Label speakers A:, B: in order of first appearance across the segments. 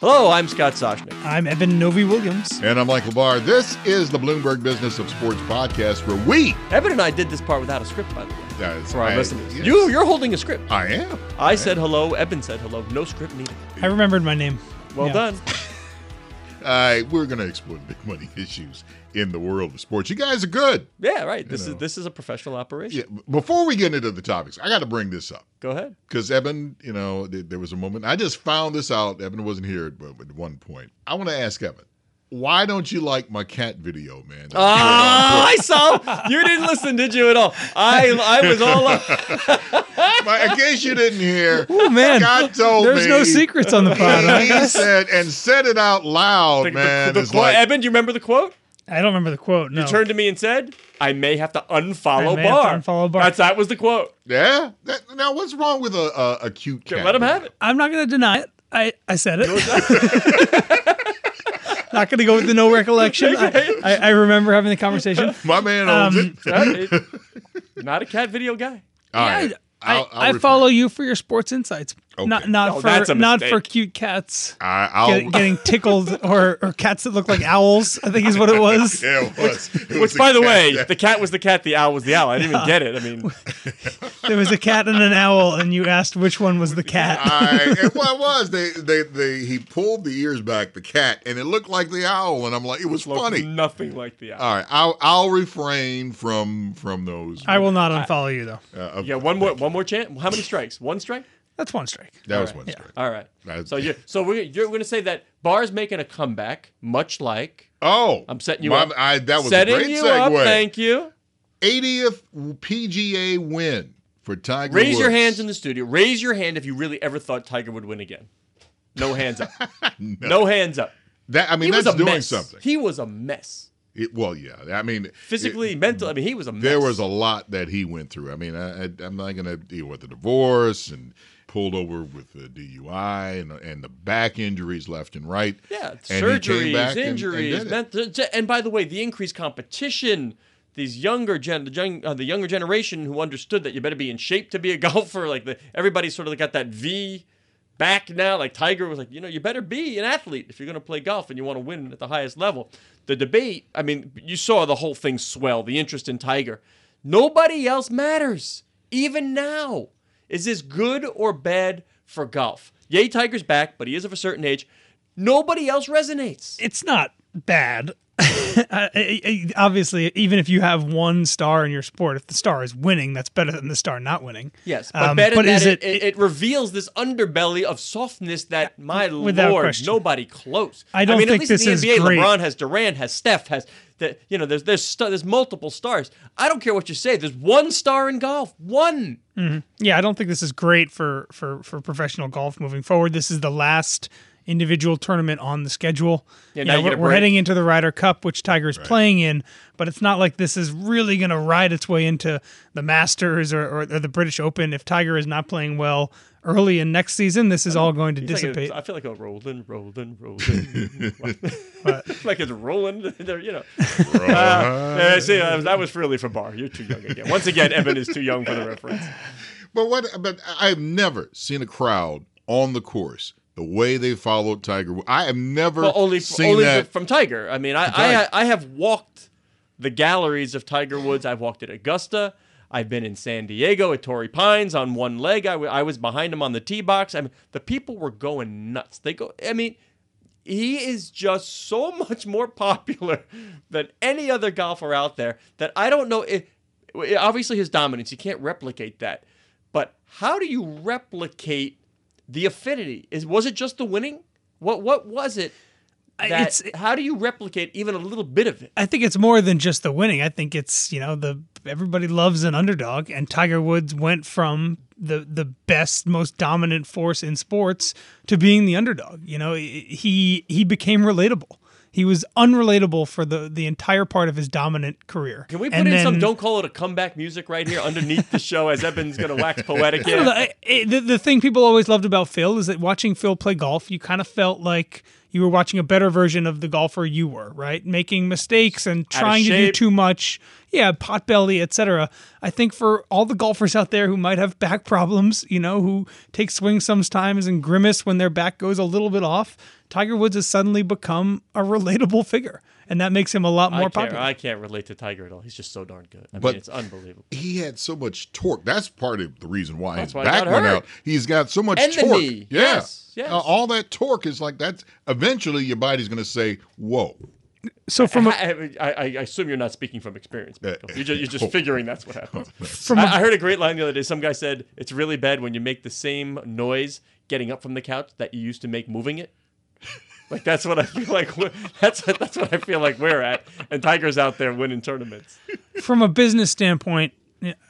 A: Hello, I'm Scott Soshnick.
B: I'm Evan Novi Williams.
C: And I'm Michael Barr. This is the Bloomberg Business of Sports podcast where we.
A: Evan and I did this part without a script, by the way.
C: That's
A: For our
C: I-
A: listeners,
C: yes.
A: you you're holding a script.
C: I am.
A: I said hello. Evan said hello. No script needed.
B: I remembered my name.
A: Well
B: Yeah.
A: done.
C: Uh, we're going to explore the big money issues in the world of sports. You guys are good.
A: Yeah, right. This
C: know.
A: is this is a professional operation.
C: Yeah, before we get into the topics, I got to bring this up.
A: Go ahead.
C: because Evan, you know, th- there was a moment I just found this out. Evan wasn't here at, at one point. I want to ask Evan, why don't you like my cat video, man?
A: Ah, I saw you didn't listen, did you at all? I I was all up.
C: My- in case you didn't hear,
B: Oh man,
C: God told
B: there's no
C: me.
B: secrets on the pod.
C: and
B: I,
C: he said and said it out loud,
A: The- the-
C: man.
A: the
C: it's
A: quote-
C: like
A: Evan, do you remember the quote?
B: I don't remember the quote. No,
A: You turned to me and said, "I may have to unfollow
B: I may
A: Barr."
B: have to unfollow Barr.
A: That's that was the quote.
C: yeah. That, now what's wrong with a a, a cute cat?
A: Let him have
C: video?
A: it.
B: I'm not going to deny it. I, I said it. not going to go with the no recollection. I, I, I remember having the conversation.
C: My man owns
B: Um,
C: it.
A: That is- Not a cat video guy.
C: All
B: Yeah,
C: right,
B: I,
C: I'll- I'll
B: I
C: refrain.
B: follow you for your sports insights. Not not
A: No,
B: for
A: Oh, that's a
B: not for
A: mistake.
B: cute cats
C: I, I'll.
B: get- getting tickled or, or cats that look like owls. I think is what it was.
C: yeah, it was. It was
A: Which,
C: a
A: by the
C: cat
A: way,
C: that-
A: the cat was the cat, the owl was the owl. I didn't even get it. I mean,
B: There was a cat and an owl, and you asked which one was the cat.
C: I, and what it was, they, they, they, he pulled the ears back, the cat, and it looked like the owl, and I'm like, it was
A: looked
C: funny. Uh,
A: Nothing like the owl.
C: All right, I'll, I'll refrain from, from those.
B: I will not unfollow you though.
C: Uh, of-
A: yeah, one more, one more chance. How many strikes? One strike.
B: That's one strike.
C: that was one strike.
A: All right.
C: That's-
A: So you, so we're you're going to say that Barr's making a comeback, much like
C: Oh,
A: I'm setting you
C: my-
A: up.
C: I, that was
A: setting
C: a great
A: you
C: segue.
A: up. Thank you.
C: 80th PGA win for Tiger.
A: Raise your
C: Woods.
A: hands in the studio. Raise your hand if you really ever thought Tiger would win again. No hands up. no. hands up.
C: That I
A: He
C: mean,
A: was
C: that's
A: a
C: doing
A: mess.
C: something.
A: He was a mess.
C: It- well, yeah. I mean, it-
A: Physically, mentally. I mean, he was a mess.
C: there was a lot that he went through. I mean, I, I, I'm not going to deal with the divorce and pulled over with the DUI and and the back injuries left and right.
A: Yeah,
C: And he came
A: surgeries,
C: back and- and
A: injuries,
C: did it.
A: ment- and, by the way, the increased competition. These younger gen, the, young, uh, the younger generation who understood that you better be in shape to be a golfer. Like the, everybody sort of got that V back now. Like Tiger was like, you know, you better be an athlete if you're going to play golf and you want to win at the highest level. The debate. I mean, you saw the whole thing swell. The interest in Tiger. Nobody else matters. Even now, is this good or bad for golf? Yay, Tiger's back, but he is of a certain age. Nobody else resonates.
B: It's not bad. I- I- I- Obviously, even if you have one star in your sport, if the star is winning, that's better than the star not winning.
A: Yes, but
B: Um,
A: better
B: but
A: that
B: is
A: it,
B: it-
A: it, it reveals this underbelly of softness that my
B: without
A: lord,
B: question.
A: nobody close.
B: I don't
A: mean,
B: think
A: at least in
B: this is
A: the NBA,
B: great.
A: LeBron has Durant, has Steph, has that. You know, there's there's st- there's multiple stars. I don't care what you say. There's one star in golf. One.
B: Yeah, I don't think this is great for for for professional golf moving forward. This is the last individual tournament on the schedule.
A: Yeah,
B: You
A: now
B: know,
A: you get
B: we're,
A: a
B: we're
A: break.
B: heading into the Ryder Cup, which Tiger is playing in, but it's not like this is really going to ride its way into the Masters or, or, or the British Open. If Tiger is not playing well early in next season, this is all going to
A: It's like a-
B: dissipate.
A: I feel like a rolling, rolling, rolling. like it's rolling. There, you know. Uh, yeah, see, that was, that was really for Bar. You're too young again. Once again, Evan is too young for the reference.
C: But what? But I've never seen a crowd on the course the way they followed Tiger. Woods. I have never
A: Well, only
C: seen
A: only
C: that.
A: from Tiger. I mean, I,
C: Tiger.
A: I I have walked the galleries of Tiger Woods. I've walked at Augusta. I've been in San Diego at Torrey Pines on one leg. I, w- I was behind him on the tee box. I mean, the people were going nuts. They go. I mean, he is just so much more popular than any other golfer out there that I don't know. It, it- obviously, his dominance, you can't replicate that. But how do you replicate the affinity? Is was it just the winning? What what was it?
B: I-
A: That,
B: it's-
A: how do you replicate even a little bit of it?
B: I think it's more than just the winning. I think it's you know the everybody loves an underdog, and Tiger Woods went from the the best, most dominant force in sports to being the underdog. You know, he he became relatable. He was unrelatable for the the entire part of his dominant career.
A: Can we put
B: And
A: in some
B: then-
A: "Don't Call It a Comeback" music right here underneath the show as Evan's gonna wax poetic?
B: I don't
A: here?
B: know, I- I- the, the thing people always loved about Phil is that watching Phil play golf, you kind of felt like you were watching a better version of the golfer you were, right? Making mistakes and
A: Out of
B: trying to do
A: shape.
B: too much. Yeah, potbelly, etc. I think for all the golfers out there who might have back problems, you know, who take swings sometimes and grimace when their back goes a little bit off, Tiger Woods has suddenly become a relatable figure, and that makes him a lot more
A: I can't,
B: popular.
A: I can't relate to Tiger at all. He's just so darn good. I
C: But-
A: mean, it's unbelievable.
C: He had so much torque. That's part of the reason why
A: That's
C: his
A: why he
C: back
A: got
C: went
A: hurt.
C: out. He's got so much
A: And the
C: torque.
A: knee.
C: Yeah.
A: Yes, yes.
C: Uh, all that torque is like that's eventually your body's going to say, "Whoa."
B: so from a
A: I, I, I assume you're not speaking from experience. Michael.
C: Uh,
A: You're just, you're just
C: oh.
A: figuring that's what happens.
B: from
A: I,
B: a
A: I heard a great line the other day. Some guy said, "It's really bad when you make the same noise getting up from the couch that you used to make moving it." Like that's what I feel like. we're- That's that's what I feel like we're at. And Tiger's out there winning tournaments.
B: from a business standpoint,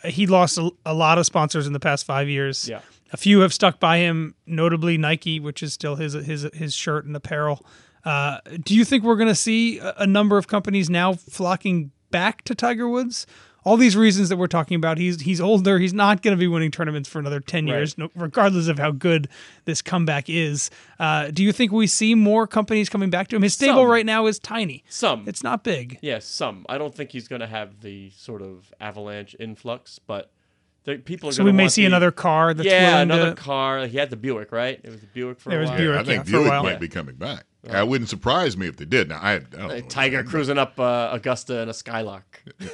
B: he lost a, a lot of sponsors in the past five years.
A: Yeah.
B: a few have stuck by him, notably Nike, which is still his his his shirt and apparel. Uh, do you think we're going to see a, a number of companies now flocking back to Tiger Woods? All these reasons that we're talking about, he's he's older. He's not going to be winning tournaments for another ten years, no, regardless of how good this comeback is. Uh, do you think we see more companies coming back to him? His stable
A: Some.
B: right now is tiny.
A: Some,
B: It's not big.
A: yeah, some. I don't think he's going to have the sort of avalanche influx, but there, people are.
B: So
A: gonna
B: we may
A: want
B: see
A: the-
B: another car that's
A: Yeah,
B: willing to-
A: another car. He had the Buick, right? It was the Buick for
B: There
A: a
B: was
A: while.
B: Buick.
C: I think
B: yeah, for a
C: Buick
B: while.
C: might
A: Yeah.
C: be coming back. I wouldn't surprise me if they did. Now I, I don't know.
A: A tiger cruising up uh, Augusta in a Skylark.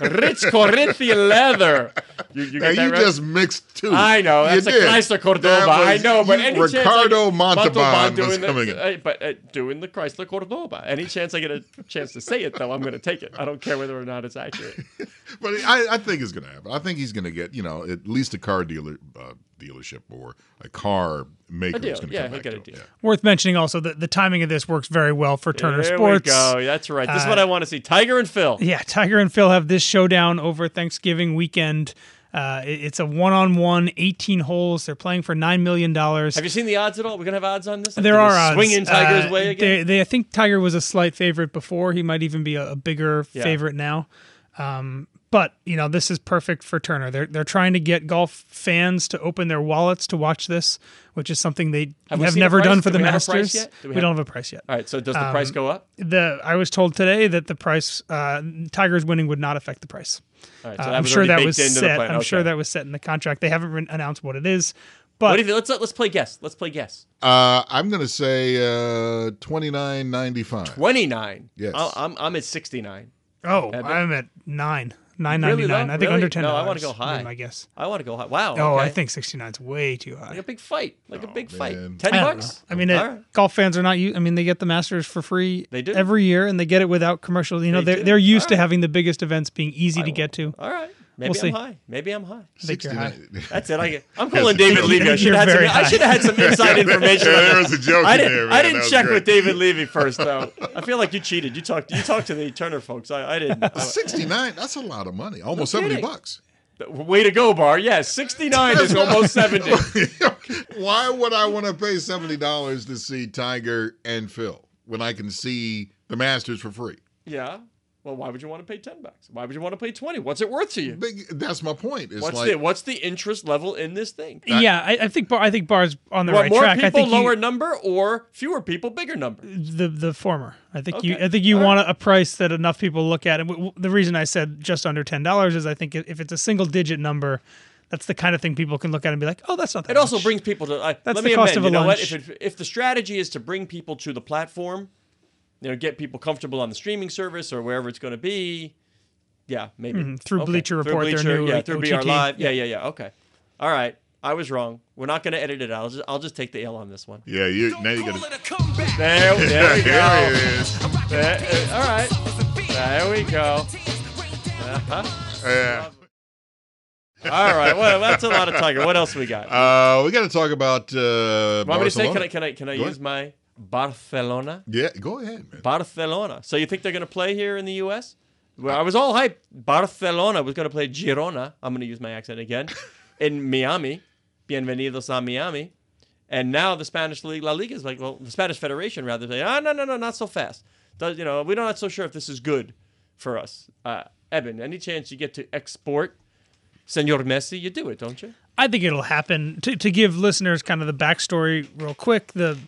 A: Rich Corinthian leather. You, you
C: Now,
A: get
C: you
A: that right?
C: just mixed two.
A: I know
C: You
A: that's a
C: did.
A: Chrysler Cordoba.
C: That
A: I
C: was-
A: know, but
C: you-
A: any
C: Ricardo
A: chance I get,
C: Montalban was
A: doing the-
C: coming in.
A: uh, but uh, doing the Chrysler Cordoba. Any chance I get a chance to say it though, I'm going to take it. I don't care whether or not it's accurate.
C: But I, I think it's going to happen. I think he's going to get, you know, at least a car dealer uh, dealership or a car maker
A: A deal.
C: is going to
A: Yeah,
C: come
A: he'll
C: back
A: get
C: to
A: a
C: him.
A: deal.
C: Yeah.
B: Worth mentioning also that the timing of this works very well for Turner
A: there
B: Sports.
A: we go. That's right. This is what
B: Uh,
A: I want to see. Tiger and Phil.
B: Yeah, Tiger and Phil have this showdown over Thanksgiving weekend. Uh, it- it's a one-on-one, 18 holes. They're playing for nine million dollars.
A: Have you seen the odds at all? We're going to have odds on this. Like,
B: There are
A: they're
B: odds.
A: swinging Tiger's
B: Uh,
A: way again.
B: They, they, I think Tiger was a slight favorite before. He might even be a, a bigger
A: Yeah.
B: favorite now. Um, but you know, this is perfect for Turner. They're they're trying to get golf fans to open their wallets to watch this, which is something they
A: Have
B: have,
A: we seen a
B: never
A: price?
B: done for
A: Do
B: the
A: we have a price
B: Masters.
A: yet? Do we
B: we,
A: have-
B: don't have a price yet.
A: all right. So does the
B: um,
A: price go up?
B: The I was told today that the price uh, Tiger's winning would not affect the price.
A: All right. So
B: Uh,
A: that
B: I'm
A: was
B: sure
A: already
B: that
A: baked
B: was
A: into the
B: set.
A: plan.
B: I'm sure
A: Okay.
B: that was set in the contract. They haven't re- announced what it is, but
A: What do you think? Let's let's play guess. Let's play guess.
C: Uh, I'm going to say uh, 29.95.
A: Twenty nine.
C: Yes.
A: I'll, I'm I'm at sixty nine.
B: Oh,
A: Have it?
B: I'm at nine. Nine ninety
A: Really low?
B: nine. I think
A: Really?
B: under ten.
A: No, I wanna go high.
B: I guess.
A: I want to go high. Wow.
B: Oh,
A: okay.
B: I think sixty nine's way too high.
A: like a big fight. Like a big
C: Oh, man.
A: fight. Ten
B: I don't
A: bucks.
B: know. I mean, it,
A: All right.
B: golf fans are not. u- I mean, they get the Masters for free.
A: They do.
B: every year, and they get it without commercials. You know,
A: They
B: they are
A: do.
B: they're used
A: All
B: to
A: right.
B: having the biggest events being easy to get to.
A: All right. Maybe
B: We'll
A: I'm
B: see.
A: high. Maybe I'm high.
B: I think you're high.
C: 69.
A: That's it. I get, I'm calling
C: Yes.
A: David Levy. I
B: You're
A: should have had some,
B: very
A: I
B: high.
A: should have had some inside information.
C: Yeah,
A: on
C: there
A: this.
C: was a joke
A: I
C: in
A: didn't,
C: there, man.
A: I
C: That
A: didn't
C: was
A: check with
C: great.
A: David Levy first, though. I feel like you cheated. You talked. You talked to the Turner folks. I, I didn't. Uh,
C: 69. That's a lot of money. Almost 70
A: kidding.
C: bucks.
A: Uh, way to go, Bar. Yeah, 69 is almost 70.
C: Why would I want to pay $70 to see Tiger and Phil when I can see the Masters for free?
A: Yeah. Well, why would you want to pay 10 bucks? Why would you want to pay 20? What's it worth to you?
C: Big, that's my point. It's
A: What's
C: like
A: the what's the interest level in this thing?
C: That-
B: yeah, I, I think Bar, I think Bar's on the
A: Want
B: right
A: more
B: track. I
A: people,
B: think you-
A: lower number, or fewer people, bigger number?
B: the the former. I think you
A: Okay.
B: I think you
A: All
B: want a price that enough people look at. And w- w- the reason I said just under ten dollars is I think if it's a single digit number, that's the kind of thing people can look at and be like, oh, that's not that.
A: It also
B: much.
A: brings people to. I,
B: That's
A: let
B: the
A: me
B: cost
A: amend,
B: of a
A: you know What?
B: lunch.
A: If, it, if the strategy is to bring people to the platform, you know, get people comfortable on the streaming service or wherever it's going to be. Yeah, maybe
B: Mm-hmm, through Bleacher Report, their new,
A: yeah,
B: like,
A: through BR
B: OTT.
A: Live. Yeah, yeah, yeah. Okay, all right. I was wrong. We're not going to edit it out. I'll just, I'll just take the L on this one.
C: yeah, you now you got
D: Call
C: to
D: it a comeback.
A: There, there we
C: There
A: go.
C: it is.
A: There- uh, all right, there we go. Uh-huh.
C: Yeah.
A: All right. Well, that's a lot of tiger. What else we got?
C: Uh, we got to talk about uh,
A: Want me to say? Can I?
C: Barcelona.
A: Can I? Can I
C: Go
A: use
C: ahead.
A: my Barcelona?
C: Yeah, go ahead, man.
A: Barcelona. So you think they're going to play here in the U.S.? Well, I was all hyped. Barcelona was going to play Girona. I'm going to use my accent again. in Miami, bienvenidos a Miami. And now the Spanish league, La Liga, is like, well, the Spanish Federation rather say, ah, no, no, no, not so fast. Does, you know, we're not so sure if this is good for us. Uh, Eben, any chance you get to export Senor Messi? You do it, don't you?
B: I think it'll happen. To, to give listeners kind of the backstory real quick, the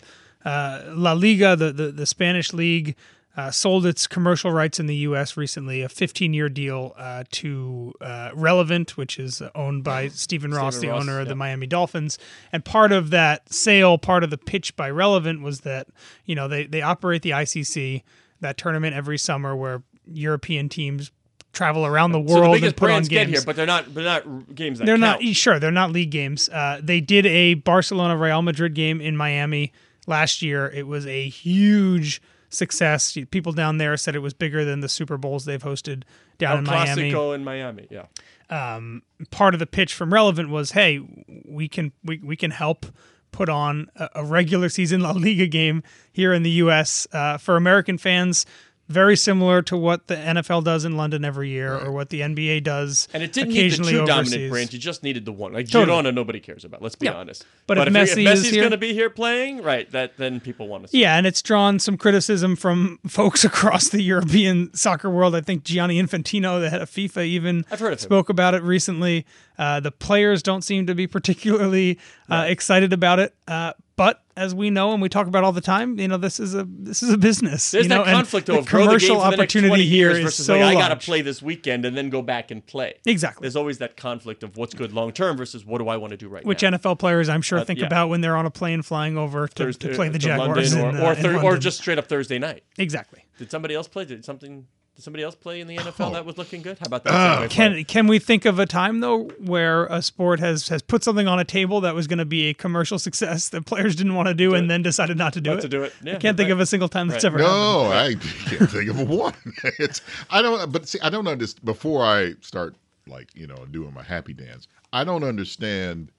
B: Uh, La Liga, the, the, the Spanish league, uh, sold its commercial rights in the U.S. recently, a 15-year deal uh, to uh, Relevant, which is owned by Stephen Ross,
A: Stephen
B: the
A: Ross,
B: owner of
A: yeah.
B: the Miami Dolphins. And part of that sale, part of the pitch by Relevant was that you know they they operate the ICC that tournament every summer where European teams travel around the
A: so the
B: world and
A: biggest
B: put on
A: brands
B: games.
A: get here, but they're not. They're not r- games that
B: They're
A: count.
B: not e, sure. They're not league games. Uh, they did a Barcelona Real Madrid game in Miami last year. It was a huge success. People down there said it was bigger than the Super Bowls they've hosted down
A: El
B: in Miami.
A: Clasico in Miami. Yeah.
B: Part of the pitch from Relevant was, "Hey, we can we, we can help." Put on a, a regular season La Liga game here in the U.S. Uh, for American fans, very similar to what the NFL does in London every year, or what the NBA does.
A: And it didn't need the
B: occasionally
A: two
B: overseas.
A: dominant brands. You just needed the one. Like
B: Totally.
A: Girona, nobody cares about. Let's be honest.
B: But if
A: we-
B: Messi is
A: Messi's
B: here-
A: going to be here playing, right? That then people want to see.
B: Yeah, and it's drawn some criticism from folks across the European soccer world. I think Gianni Infantino, the head of FIFA, even
A: I've heard of him.
B: spoke about it recently. Uh, the players don't seem to be particularly uh, excited about it. Uh, but as we know, and we talk about all the time, you know, this is a this is a business.
A: There's
B: you know,
A: that
B: and
A: conflict
B: the
A: though of grow the game
B: commercial
A: for the next 20
B: opportunity here
A: years
B: is
A: versus
B: so
A: like I got
B: large.
A: to play this weekend and then go back and play.
B: Exactly.
A: There's always that conflict of what's good long term versus what do I want to do right
B: Which
A: now.
B: NFL players I'm sure think
A: Uh, yeah.
B: about when they're on a plane flying over to, to play the
A: to London
B: Jaguars
A: or
B: in, uh,
A: or,
B: in
A: Thur- or
B: London.
A: just straight up Thursday night.
B: exactly.
A: Did somebody else play? Did something? Did somebody else play
B: Oh.
A: in the NFL that was looking good? How about that? segue for
B: Can can we think of a time though where a sport has has put something on a table that was going to be a commercial success that players didn't want to do and then decided not to do
A: Not
B: it?
A: to do it. Yeah,
B: I can't think
A: right.
B: of a single time that's
A: Right.
B: ever happened.
C: No, I can't think of one. It's I don't. But see, I don't understand. Before I start, like you know, doing my happy dance, I don't understand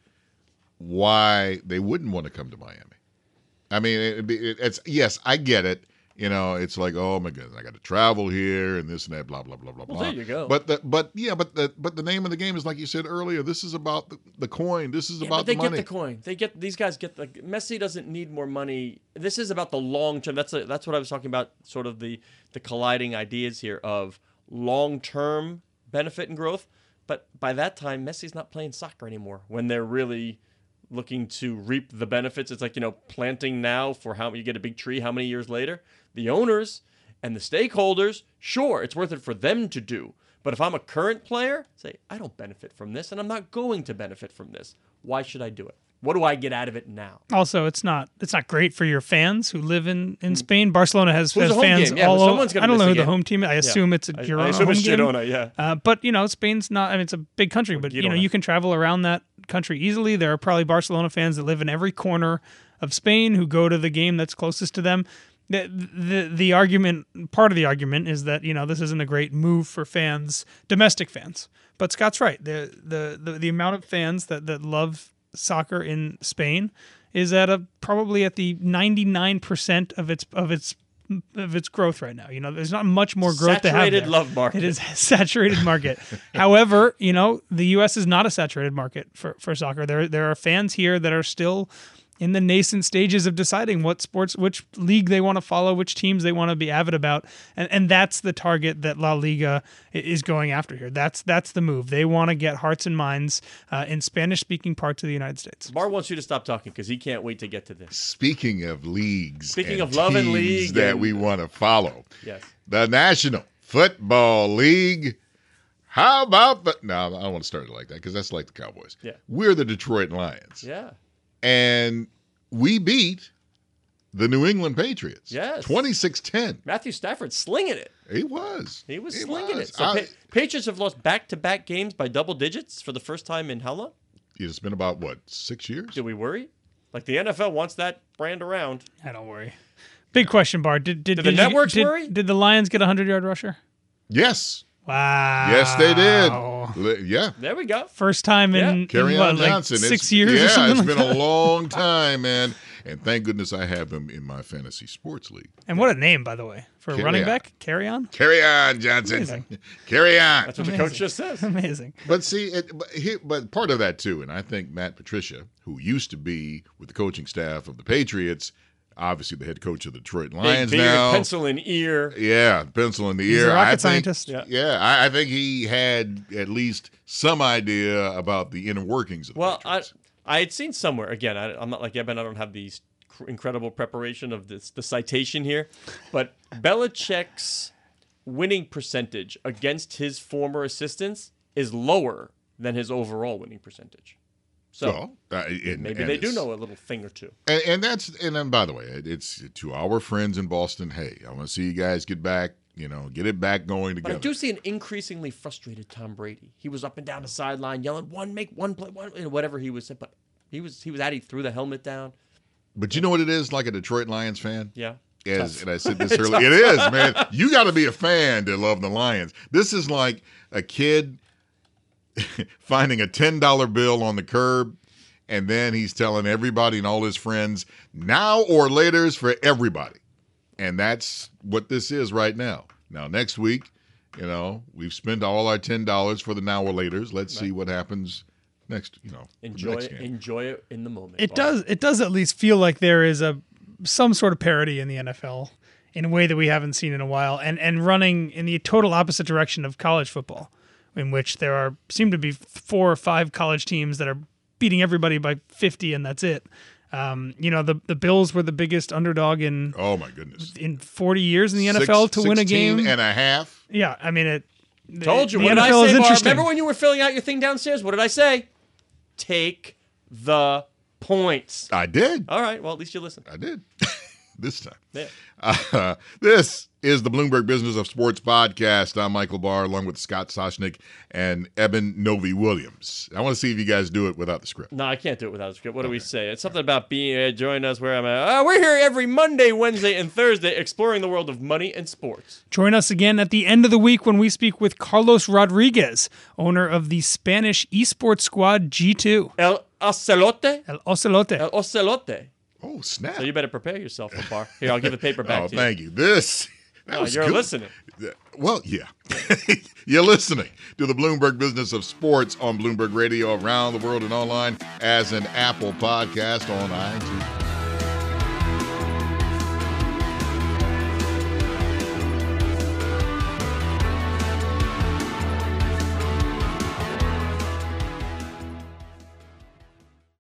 C: why they wouldn't want to come to Miami. I mean, it, it, it's yes, I get it. You know, it's like, oh my goodness, I got to travel here and this and that, blah blah blah blah
A: Well,
C: blah.
A: there you go.
C: But the, but yeah, but the but the name of the game is like you said earlier. This is about the, the coin. This is
A: Yeah,
C: about
A: but they
C: the money.
A: get the coin. They get these guys get the Messi doesn't need more money. This is about the long term. That's a, that's what I was talking about. Sort of the the colliding ideas here of long term benefit and growth. But by that time, Messi's not playing soccer anymore. When they're really looking to reap the benefits, it's like you know planting now for how you get a big tree. How many years later, the owners and the stakeholders, sure, it's worth it for them to do. But if I'm a current player, say, I don't benefit from this and I'm not going to benefit from this. Why should I do it? What do I get out of it now?
B: Also, it's not it's not great for your fans who live in,
A: Mm.
B: in Spain. Barcelona has,
A: Who's
B: has
A: the home
B: fans
A: game? Yeah,
B: all
A: but
B: over.
A: someone's gonna
B: I don't
A: miss
B: know
A: a
B: who the
A: game.
B: home team. I assume it's a
A: I- I
B: Girona
A: assume it's
B: home game.
A: Girona, yeah.
B: Uh, but you know, Spain's not. I mean, it's a big country, but you know,
A: Girona.
B: you can travel around that country easily. There are probably Barcelona fans that live in every corner of Spain who go to the game that's closest to them. The, the the argument part of the argument is that you know this isn't a great move for fans, domestic fans. But Scott's right. The the the, the amount of fans that that love soccer in Spain is at a probably at the 99% of its of its of its growth right now. You know, there's not much more growth to have
A: Saturated
B: there.
A: love market.
B: It is a saturated market. However, you know, the US is not a saturated market for, for soccer. There there are fans here that are still in the nascent stages of deciding what sports which league they want to follow, which teams they want to be avid about. And and that's the target that La Liga i- is going after here. That's that's the move. They want to get hearts and minds uh, in Spanish speaking parts of the United States.
A: Bar wants you to stop talking because he can't wait to get to this.
C: Speaking of leagues,
A: Speaking
C: and
A: of love and
C: teams
A: league
C: that
A: and-
C: we want to follow.
A: Yes.
C: the National Football League. How about the? No, I don't want to start it like that because that's like the Cowboys.
A: Yeah.
C: we're the Detroit Lions,
A: Yeah.
C: and we beat the New England Patriots.
A: Yes.
C: 26-10.
A: Matthew Stafford slinging it.
C: It was.
A: He was slinging
C: was.
A: it. So
C: I-
A: Pa- Patriots have lost back to back games by double digits for the first time in how long?
C: it's been about what six years.
A: Do we worry? Like the NFL wants that brand around.
B: I don't worry. Big question, Bar. Did did,
A: Do the
B: did you-
A: networks
B: did-
A: worry?
B: Did the Lions get a hundred yard rusher?
C: Yes,
B: Wow.
C: yes, they did. Li- Yeah,
A: There we go.
B: First time
A: Yeah.
B: in, in
C: Carry
B: what,
C: on
B: like
C: Johnson. It's-
B: six years.
C: Yeah,
B: or something
C: it's
B: like
C: been
B: that?
C: a long time, man. And thank goodness I have him in my fantasy sports league.
B: And what a name, by the way, for a
C: Carry
B: running
C: on.
B: back. Carry on.
C: Carry on, Johnson.
B: Amazing.
C: Carry on.
A: That's what the coach just says.
B: Amazing.
C: But see, it, but, he, but part of that too, and I think Matt Patricia, who used to be with the coaching staff of the Patriots, obviously the head coach of the Detroit
A: Big
C: Lions
A: beard,
C: now.
A: pencil in ear.
C: Yeah, pencil in the
B: He's
C: ear.
B: a rocket
C: I think-
B: scientist.
A: Yeah.
C: Yeah, I, I think he had at least some idea about the inner workings of the
A: Well, I,
C: Patriots.
A: I had seen somewhere again. I, I'm not like Eben. I don't have these cr- incredible preparation of this the citation here, but Belichick's winning percentage against his former assistants is lower than his overall winning percentage. So
C: well, uh, and-
A: maybe
C: and
A: they do
C: it's-
A: know a little thing or two.
C: And, and that's and then by the way, it- it's to our friends in Boston. Hey, I want to see you guys get back. You know, get it back going
A: But
C: together.
A: I do see an increasingly frustrated Tom Brady. He was up and down the sideline yelling, "One make one play, one you know, whatever he was." But he was he was at. He threw the helmet down.
C: but you know what it is like a Detroit Lions fan.
A: Yeah.
C: As, and I said this earlier, it is man. You got to be a fan to love the Lions. This is like a kid finding a ten dollar bill on the curb, and then he's telling everybody and all his friends, "Now or later is for everybody." And that's what this is right now. Now, next week, you know, we've spent all our ten dollars for the now or later's. Let's see what happens next. You know, with the
A: Enjoy
C: next
A: it.
C: game.
A: Enjoy it in the moment.
B: It
A: Bob.
B: does. It does at least feel like there is a some sort of parity in the NFL in a way that we haven't seen in a while, and and running in the total opposite direction of college football, in which there are seem to be four or five college teams that are beating everybody by fifty, and that's it. Um, you know, the the Bills were the biggest underdog in
C: oh my goodness!
B: in forty years in the
C: Six-
B: NFL to win a
C: 16
B: game.
C: and a half.
B: yeah, I mean it.
A: Told you.
B: the
A: What did I
B: NFL is
A: say, Barb?
B: interesting.
A: Remember when you were filling out your thing downstairs? What did I say? Take the points.
C: I did.
A: All right. Well, at least you listened.
C: I did this time.
A: There.
C: Uh, this is the Bloomberg Business of Sports podcast. I'm Michael Barr, along with Scott Soschnick and Eben Novi Williams. I want to see if you guys do it without the script.
A: No, I can't do it without a script. What do we say? It's something about being uh, join us where I'm at. Uh, we're here every Monday, Wednesday, and Thursday exploring the world of money and sports.
B: Join us again at the end of the week when we speak with Carlos Rodriguez, owner of the Spanish esports squad G2.
A: El Ocelote.
B: El Ocelote.
A: El Ocelote.
C: Oh, snap.
A: So you better prepare yourself, Bar. Here, I'll give the paper back
C: oh,
A: to you.
C: thank you. This. That
A: Oh,
C: was
A: you're
C: good.
A: listening.
C: Uh, Well, yeah. You're listening to the Bloomberg Business of Sports on Bloomberg Radio around the world and online as an Apple podcast on iTunes.